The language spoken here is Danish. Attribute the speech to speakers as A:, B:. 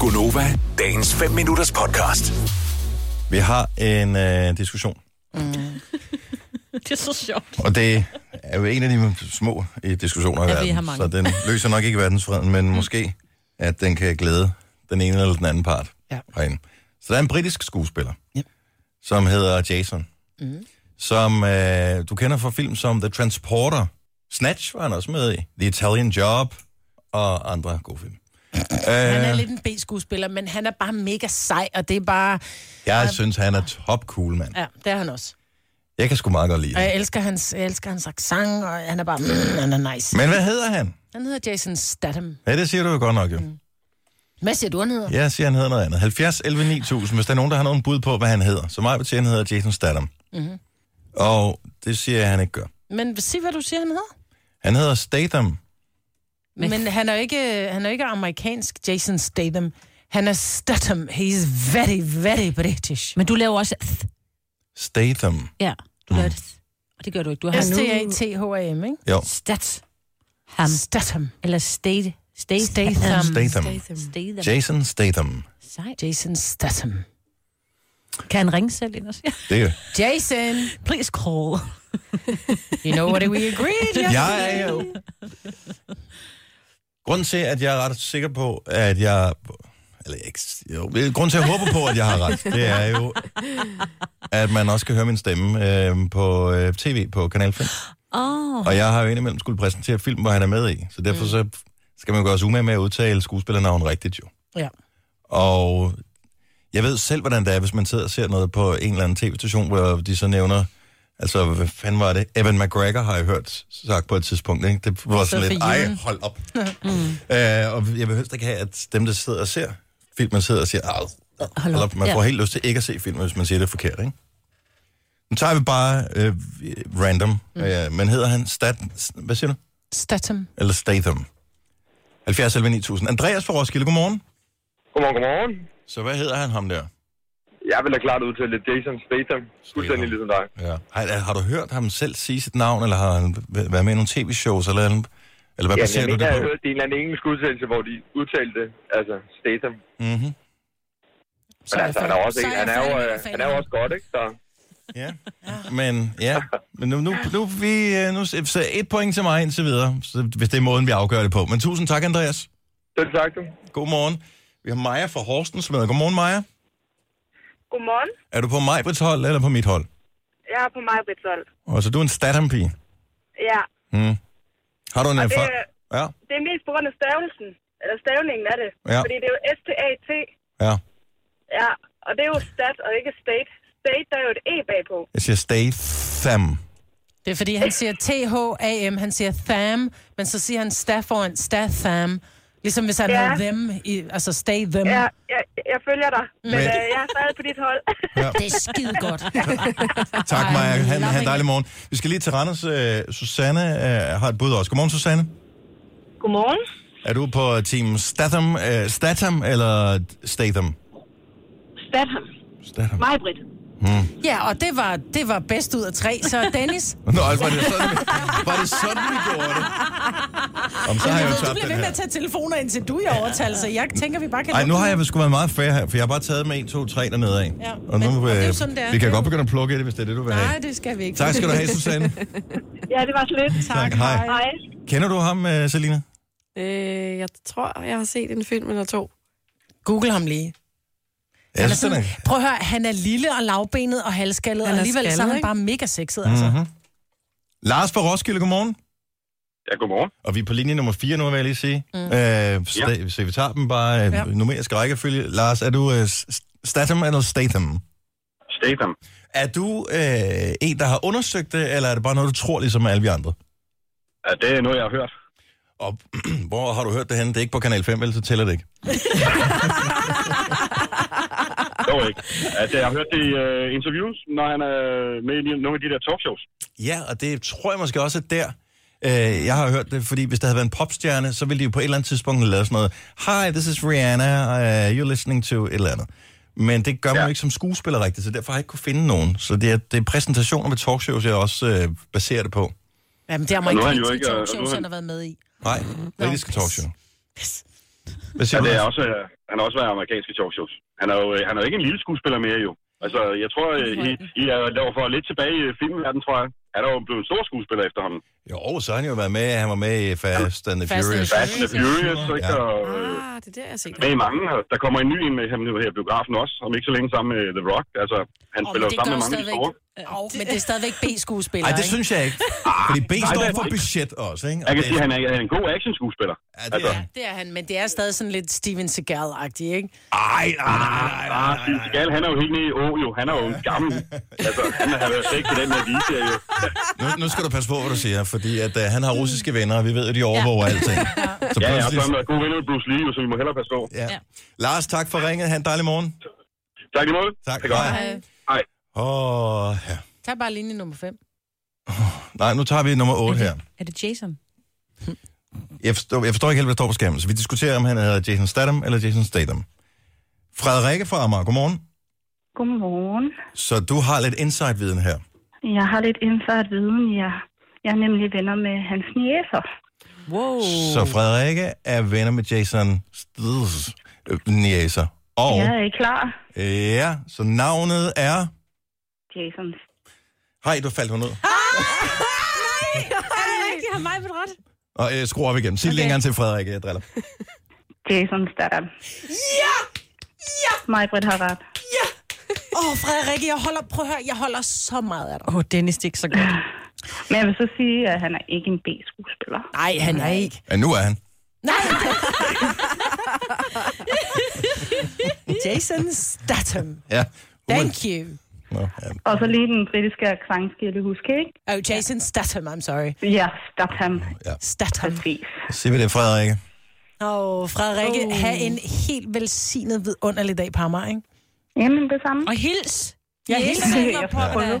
A: Gunova, dagens 5 minutters podcast.
B: Vi har en øh, diskussion,
C: Det er så sjovt.
B: og det er jo en af de små øh, diskussioner i
C: Ja, vi
B: verden,
C: har mange.
B: så den løser nok ikke verdensfreden, men
D: Mm.
B: måske, at den kan glæde den ene eller den anden part.
D: Ja.
B: Herinde. Så der er en britisk skuespiller,
D: Ja.
B: som hedder Jason, mm. som øh, du kender fra film som The Transporter. Snatch var han også med i. The Italian Job og andre gode film. Øh,
D: Han er lidt en B-skuespiller, men han er bare mega sej, og det er bare...
B: Jeg synes, han er top cool, mand.
D: Ja, det er han også.
B: Jeg kan sgu meget godt lide
D: Og
B: ham.
D: jeg elsker hans, jeg elsker hans accent, og han er bare... Mm, han er nice.
B: Men hvad hedder han?
D: Han hedder Jason Statham.
B: Ja, det siger du jo godt nok, jo.
D: Mm. Hvad siger du, han hedder?
B: Jeg siger, han hedder noget andet. 70 11 9000, hvis der er nogen, der har nogen bud på, hvad han hedder. Så mig betyder, han hedder Jason Statham. Mm-hmm. Og det siger jeg, han ikke gør.
D: Men sig, hvad du siger, han hedder.
B: Han hedder Statham.
D: Men, men han er jo ikke, han er jo ikke amerikansk Jason Statham. Han er Statham. He's very, very British.
C: Men du laver også... th.
B: Statham.
C: Ja, du laver det. th. Og det gør du ikke. Du har nu...
D: S-T-A-T-H-A-M, ikke?
B: Jo,
C: Stat. Ham.
D: Statham.
C: Eller state. State.
D: Statham.
B: Statham.
C: Statham.
B: Jason Statham.
C: Sej.
D: Jason Statham.
C: Kan han ringe selv ind og sige,
B: Det er jo.
D: Jason,
C: please call.
D: you know what we agreed? Yeah?
B: Jeg er jo... Grunden til, at jeg er ret sikker på, at jeg... Eller ikke... Jo, grunden til, at jeg håber på, at jeg har ret, det er jo, at man også kan høre min stemme øh, på øh, tv på Kanal 5.
C: Åh, oh,
B: Og jeg har jo indimellem skulle præsentere film, hvor han er med i. Så derfor så skal man jo gøre sig umage med at udtale skuespillernavn rigtigt jo.
D: Ja.
B: Og jeg ved selv, hvordan det er, hvis man sidder og ser noget på en eller anden tv-station, hvor de så nævner, altså, hvad fanden var det? Evan McGregor har jeg hørt sagt på et tidspunkt, ikke? Det var sådan
D: for
B: lidt, ej,
D: Ewan."
B: hold op. mm. øh, og jeg vil helst ikke have, at dem, der sidder og ser filmen, sidder og siger, "Au, au, hold op. Man
C: Ja.
B: får helt lyst til ikke at se filmen, hvis man siger det forkert, ikke? Nu tager vi bare øh, random. Mm. Øh, men hedder han Stat... Hvad siger du?
D: Statham.
B: Eller Statham? 70 11 9000. Andreas fra Roskilde, godmorgen.
E: Godmorgen, godmorgen.
B: Så hvad hedder han ham der?
E: Jeg vil da klart udtale det. Jason Statham. Fuldstændig ligesom dig.
B: Ja. Har, har du hørt ham selv sige sit navn, eller har han væ- været med i nogle tv-shows, eller, eller eller hvad
E: Ja,
B: baserer
E: jeg
B: du
E: mener,
B: det
E: jeg
B: på?
E: har hørt det er en eller anden engelsk udtalelse, hvor de udtalte det. Altså, Statham.
B: Mm-hmm.
E: Men altså, han er, også, ikke, han er, jo, øh, han er jo også godt, ikke? Så
B: Ja. Men ja, men nu, nu, nu, vi, øh, nu så et point til mig indtil videre, så, hvis det er måden, vi afgør det på. Men tusind tak, Andreas.
E: selv tak, du.
B: Godmorgen. Vi har Maja fra Horsens med. Godmorgen, Maja.
F: Godmorgen.
B: Er du på mig på hold, eller på mit hold?
F: Jeg er på mig, Britzold.
B: Og så du er en Statham-pige. Mhm.
F: Ja,
B: Har du en
F: det
B: erfaring? Ja,
F: det er mest på grund af stavelsen. Eller stavningen af det.
B: Ja.
F: Fordi det er jo S-T-A-T.
B: ja.
F: Ja, og det er jo stat og ikke state. State, der er jo et E bagpå.
B: Jeg siger Statham.
D: Det er fordi, han siger T-H-A-M, han siger tham, men så siger han sta foran Statham. Ligesom hvis han
F: Ja.
D: havde them, i, altså stay them.
F: Ja, jeg, jeg følger dig. Men,
B: Mm. Men-
F: Øh, jeg er stadig på dit hold.
B: Ja.
D: Det er skide godt.
B: Tak,
D: Ej,
B: Maja. Han,
D: lad
B: han
D: mig-
B: dejlig morgen. Vi skal lige til Randers. Øh, Susanne øh, har et bud også. Godmorgen, Susanne.
F: Godmorgen.
B: Er du på team Statham, øh, Statham eller Statham?
F: Statham.
B: Statham.
F: Mig, Britt.
D: Ja, og det var, det var bedst ud af tre, så Dennis.
B: Nå, altså, var det sådan, vi, var det sådan, vi gjorde det? Om, så har jeg jo
D: du
B: tabt
D: bliver
B: den
D: ved med
B: her.
D: at tage telefoner, indtil du er overtal, så jeg tænker, vi bare kan...
B: Ej, nu
D: lukke
B: har
D: den.
B: jeg sgu været meget fair her, for jeg har bare taget med 1, 2, 3 dernede af.
D: Ja,
B: og nu,
D: men- og det er
B: øh,
D: jo sådan, det er.
B: vi kan
D: Det er
B: godt
D: jo-
B: begynde at plukke i det, hvis det er det, du vil have.
D: Nej, det skal vi ikke.
B: Tak skal du have, Susanne.
F: Ja, det var så lidt.
B: Tak, hej.
F: Hej.
B: Kender du ham, øh, Selina?
G: Øh, jeg tror, jeg har set en film eller to.
D: Google ham lige.
B: Jeg
D: Han er
B: synes, den er...
D: sådan, prøv at høre, han er lille og lavbenet og halvskaldet, og
G: er
D: alligevel så er
G: skaldet,
D: han
G: ikke?
D: bare mega sexet, altså.
B: Mhm. Lars fra Roskilde, godmorgen.
E: Ja, godmorgen.
B: Og vi er på linje nummer 4 nu, vil jeg lige sige. Mm. Øh, sta- Så vi tager dem bare ja.
D: Ja.
B: numerisk rækkefølge. Lars, er du øh, S- Statham eller Statham?
E: Statham.
B: Er du øh, en, der har undersøgt det, eller er det bare noget, du tror, ligesom alle vi andre?
E: Ja, det er noget, jeg har hørt.
B: Og hvor har du hørt det henne? Det er ikke på Kanal 5, vel, så tæller det ikke.
E: Dog ikke. At, jeg har hørt det i uh, interviews, når han er med i nogle af de der talkshows.
B: Ja, og det tror jeg måske også er der. Øh, jeg har hørt det, fordi hvis der havde været en popstjerne, så ville de jo på et eller andet tidspunkt have lavet sådan noget. Hi, this is Rihanna, uh, you're listening to et eller andet. Men det gør man
E: Ja.
B: ja. jo ikke som skuespiller rigtigt, så derfor har jeg ikke kunne finde nogen. Så det er, det er præsentationer med talkshows, jeg også øh, baserer det på.
D: Jamen, det er
E: nu er han jo
D: amerikanske
E: ikke, øh, nu er
D: talkshows,
E: han-
D: han har været med i.
B: Nej, britiske
D: pis.
B: talkshow. Hvad
E: Ja,
B: siger
E: det er
B: du?
E: også, øh, han har også været i amerikanske talkshows. Han er jo, øh, han er jo ikke en lille skuespiller mere, jo. Altså, jeg tror, øh, I, I er der for lidt tilbage i filmverdenen, tror jeg. Han er jo blevet en stor skuespiller efterhånden.
B: Jo, så har han jo været med. Han var med i Fast and the
D: Fast and
B: Furious.
E: Fast and the Furious, ikke?
B: Ja.
E: Og, øh,
G: Ah, det er der, jeg har set
E: med
G: det.
E: i mange. og Der kommer en ny ind med ham nu her i biografen også, om ikke så længe sammen med The Rock. Altså, han
D: Åh,
E: spiller
D: men
E: jo
D: det
E: sammen
D: gør
E: med mange af de
D: stadigvæk-
E: store.
D: Åh, oh, men det er stadigvæk B-skuespillere,
B: Ej, det synes jeg ikke.
D: Ah,
B: Fordi B
E: det
B: står
E: er
B: for
E: det ikke.
B: budget også, ikke? Og
E: Jeg kan
B: det-
E: sige, at han er, han er en god actionskuespiller. Altså,
B: Ja, det er...
D: Ja, det er han, men det er stadig sådan lidt Steven Seagal-agtigt, ikke?
B: Ej, nej, nej, nej,
E: Ah, Steven
B: nej, nej.
E: Seagal, han er jo helt nede i Å, jo. Han er jo en gammel. Altså, han har været ikke til den her vise, her, jo.
B: Nu, nu skal du passe på, hvad du siger, fordi at, uh, han har russiske venner, og vi ved, at de overvåger ja. alting. Så
E: Ja, jeg har
B: pludselig...
E: også været god venner med Bruce Lee, jo, så vi må hellere passe på.
B: Ja. Lars, tak for ringet. Ha' en dejlig morgen.
E: Tak i lige måde.
B: Tak.
E: Det er godt.
B: Hej.
E: Hej.
B: Åh, oh, ja.
D: Tag bare linje nummer 5.
B: Nej, nu tager vi nummer 8 her.
C: Er det Jason?
B: Jeg forstår, jeg forstår ikke helt, hvad der står på skærmen. Så vi diskuterer, om han hedder Jason Statham eller Jason Statham. Frederikke fra Amager, godmorgen.
H: Godmorgen.
B: Så du har lidt insight-viden her.
H: Jeg har lidt indført viden. Jeg, jeg er nemlig venner med hans nieser.
D: Wow.
B: Så Frederikke er venner med Jason Stathams Nieser. Og
H: Oh. Jeg er I klar?
B: ja, så navnet er...
H: Jason.
B: Hej, du faldt hun ud.
C: Er det rigtigt? Har mig ret?
B: Og øh, skru op igen. Sig okay. længere til Frederik, jeg driller.
H: Jason Statham. Ja! Ja! Majbrit har ret.
D: Åh, oh, Frederikke, jeg holder, prøv at høre, jeg holder så meget af dig.
C: Åh, oh, Dennis, det er ikke så godt.
H: Men jeg vil så sige, at han er ikke en B-skuespiller.
D: Nej, han er ikke.
B: Ja, nu er han.
D: Nej! Jason Statham.
B: Ja.
D: Thank you.
B: Nå, ja.
H: Og så lige den britiske accent, skal jeg lige huske, ikke?
D: Oh, Jason Statham, I'm sorry.
H: Ja, Statham.
D: Statham.
H: Præcis.
B: Sig vi det, Frederikke.
D: Åh, oh, Frederikke, oh. have en helt velsignet vidunderlig dag på Amager, ikke?
H: Jamen, det samme.
C: Og hils.
D: Jeg
C: Yes.
D: hilser
H: Jeg
D: på dig.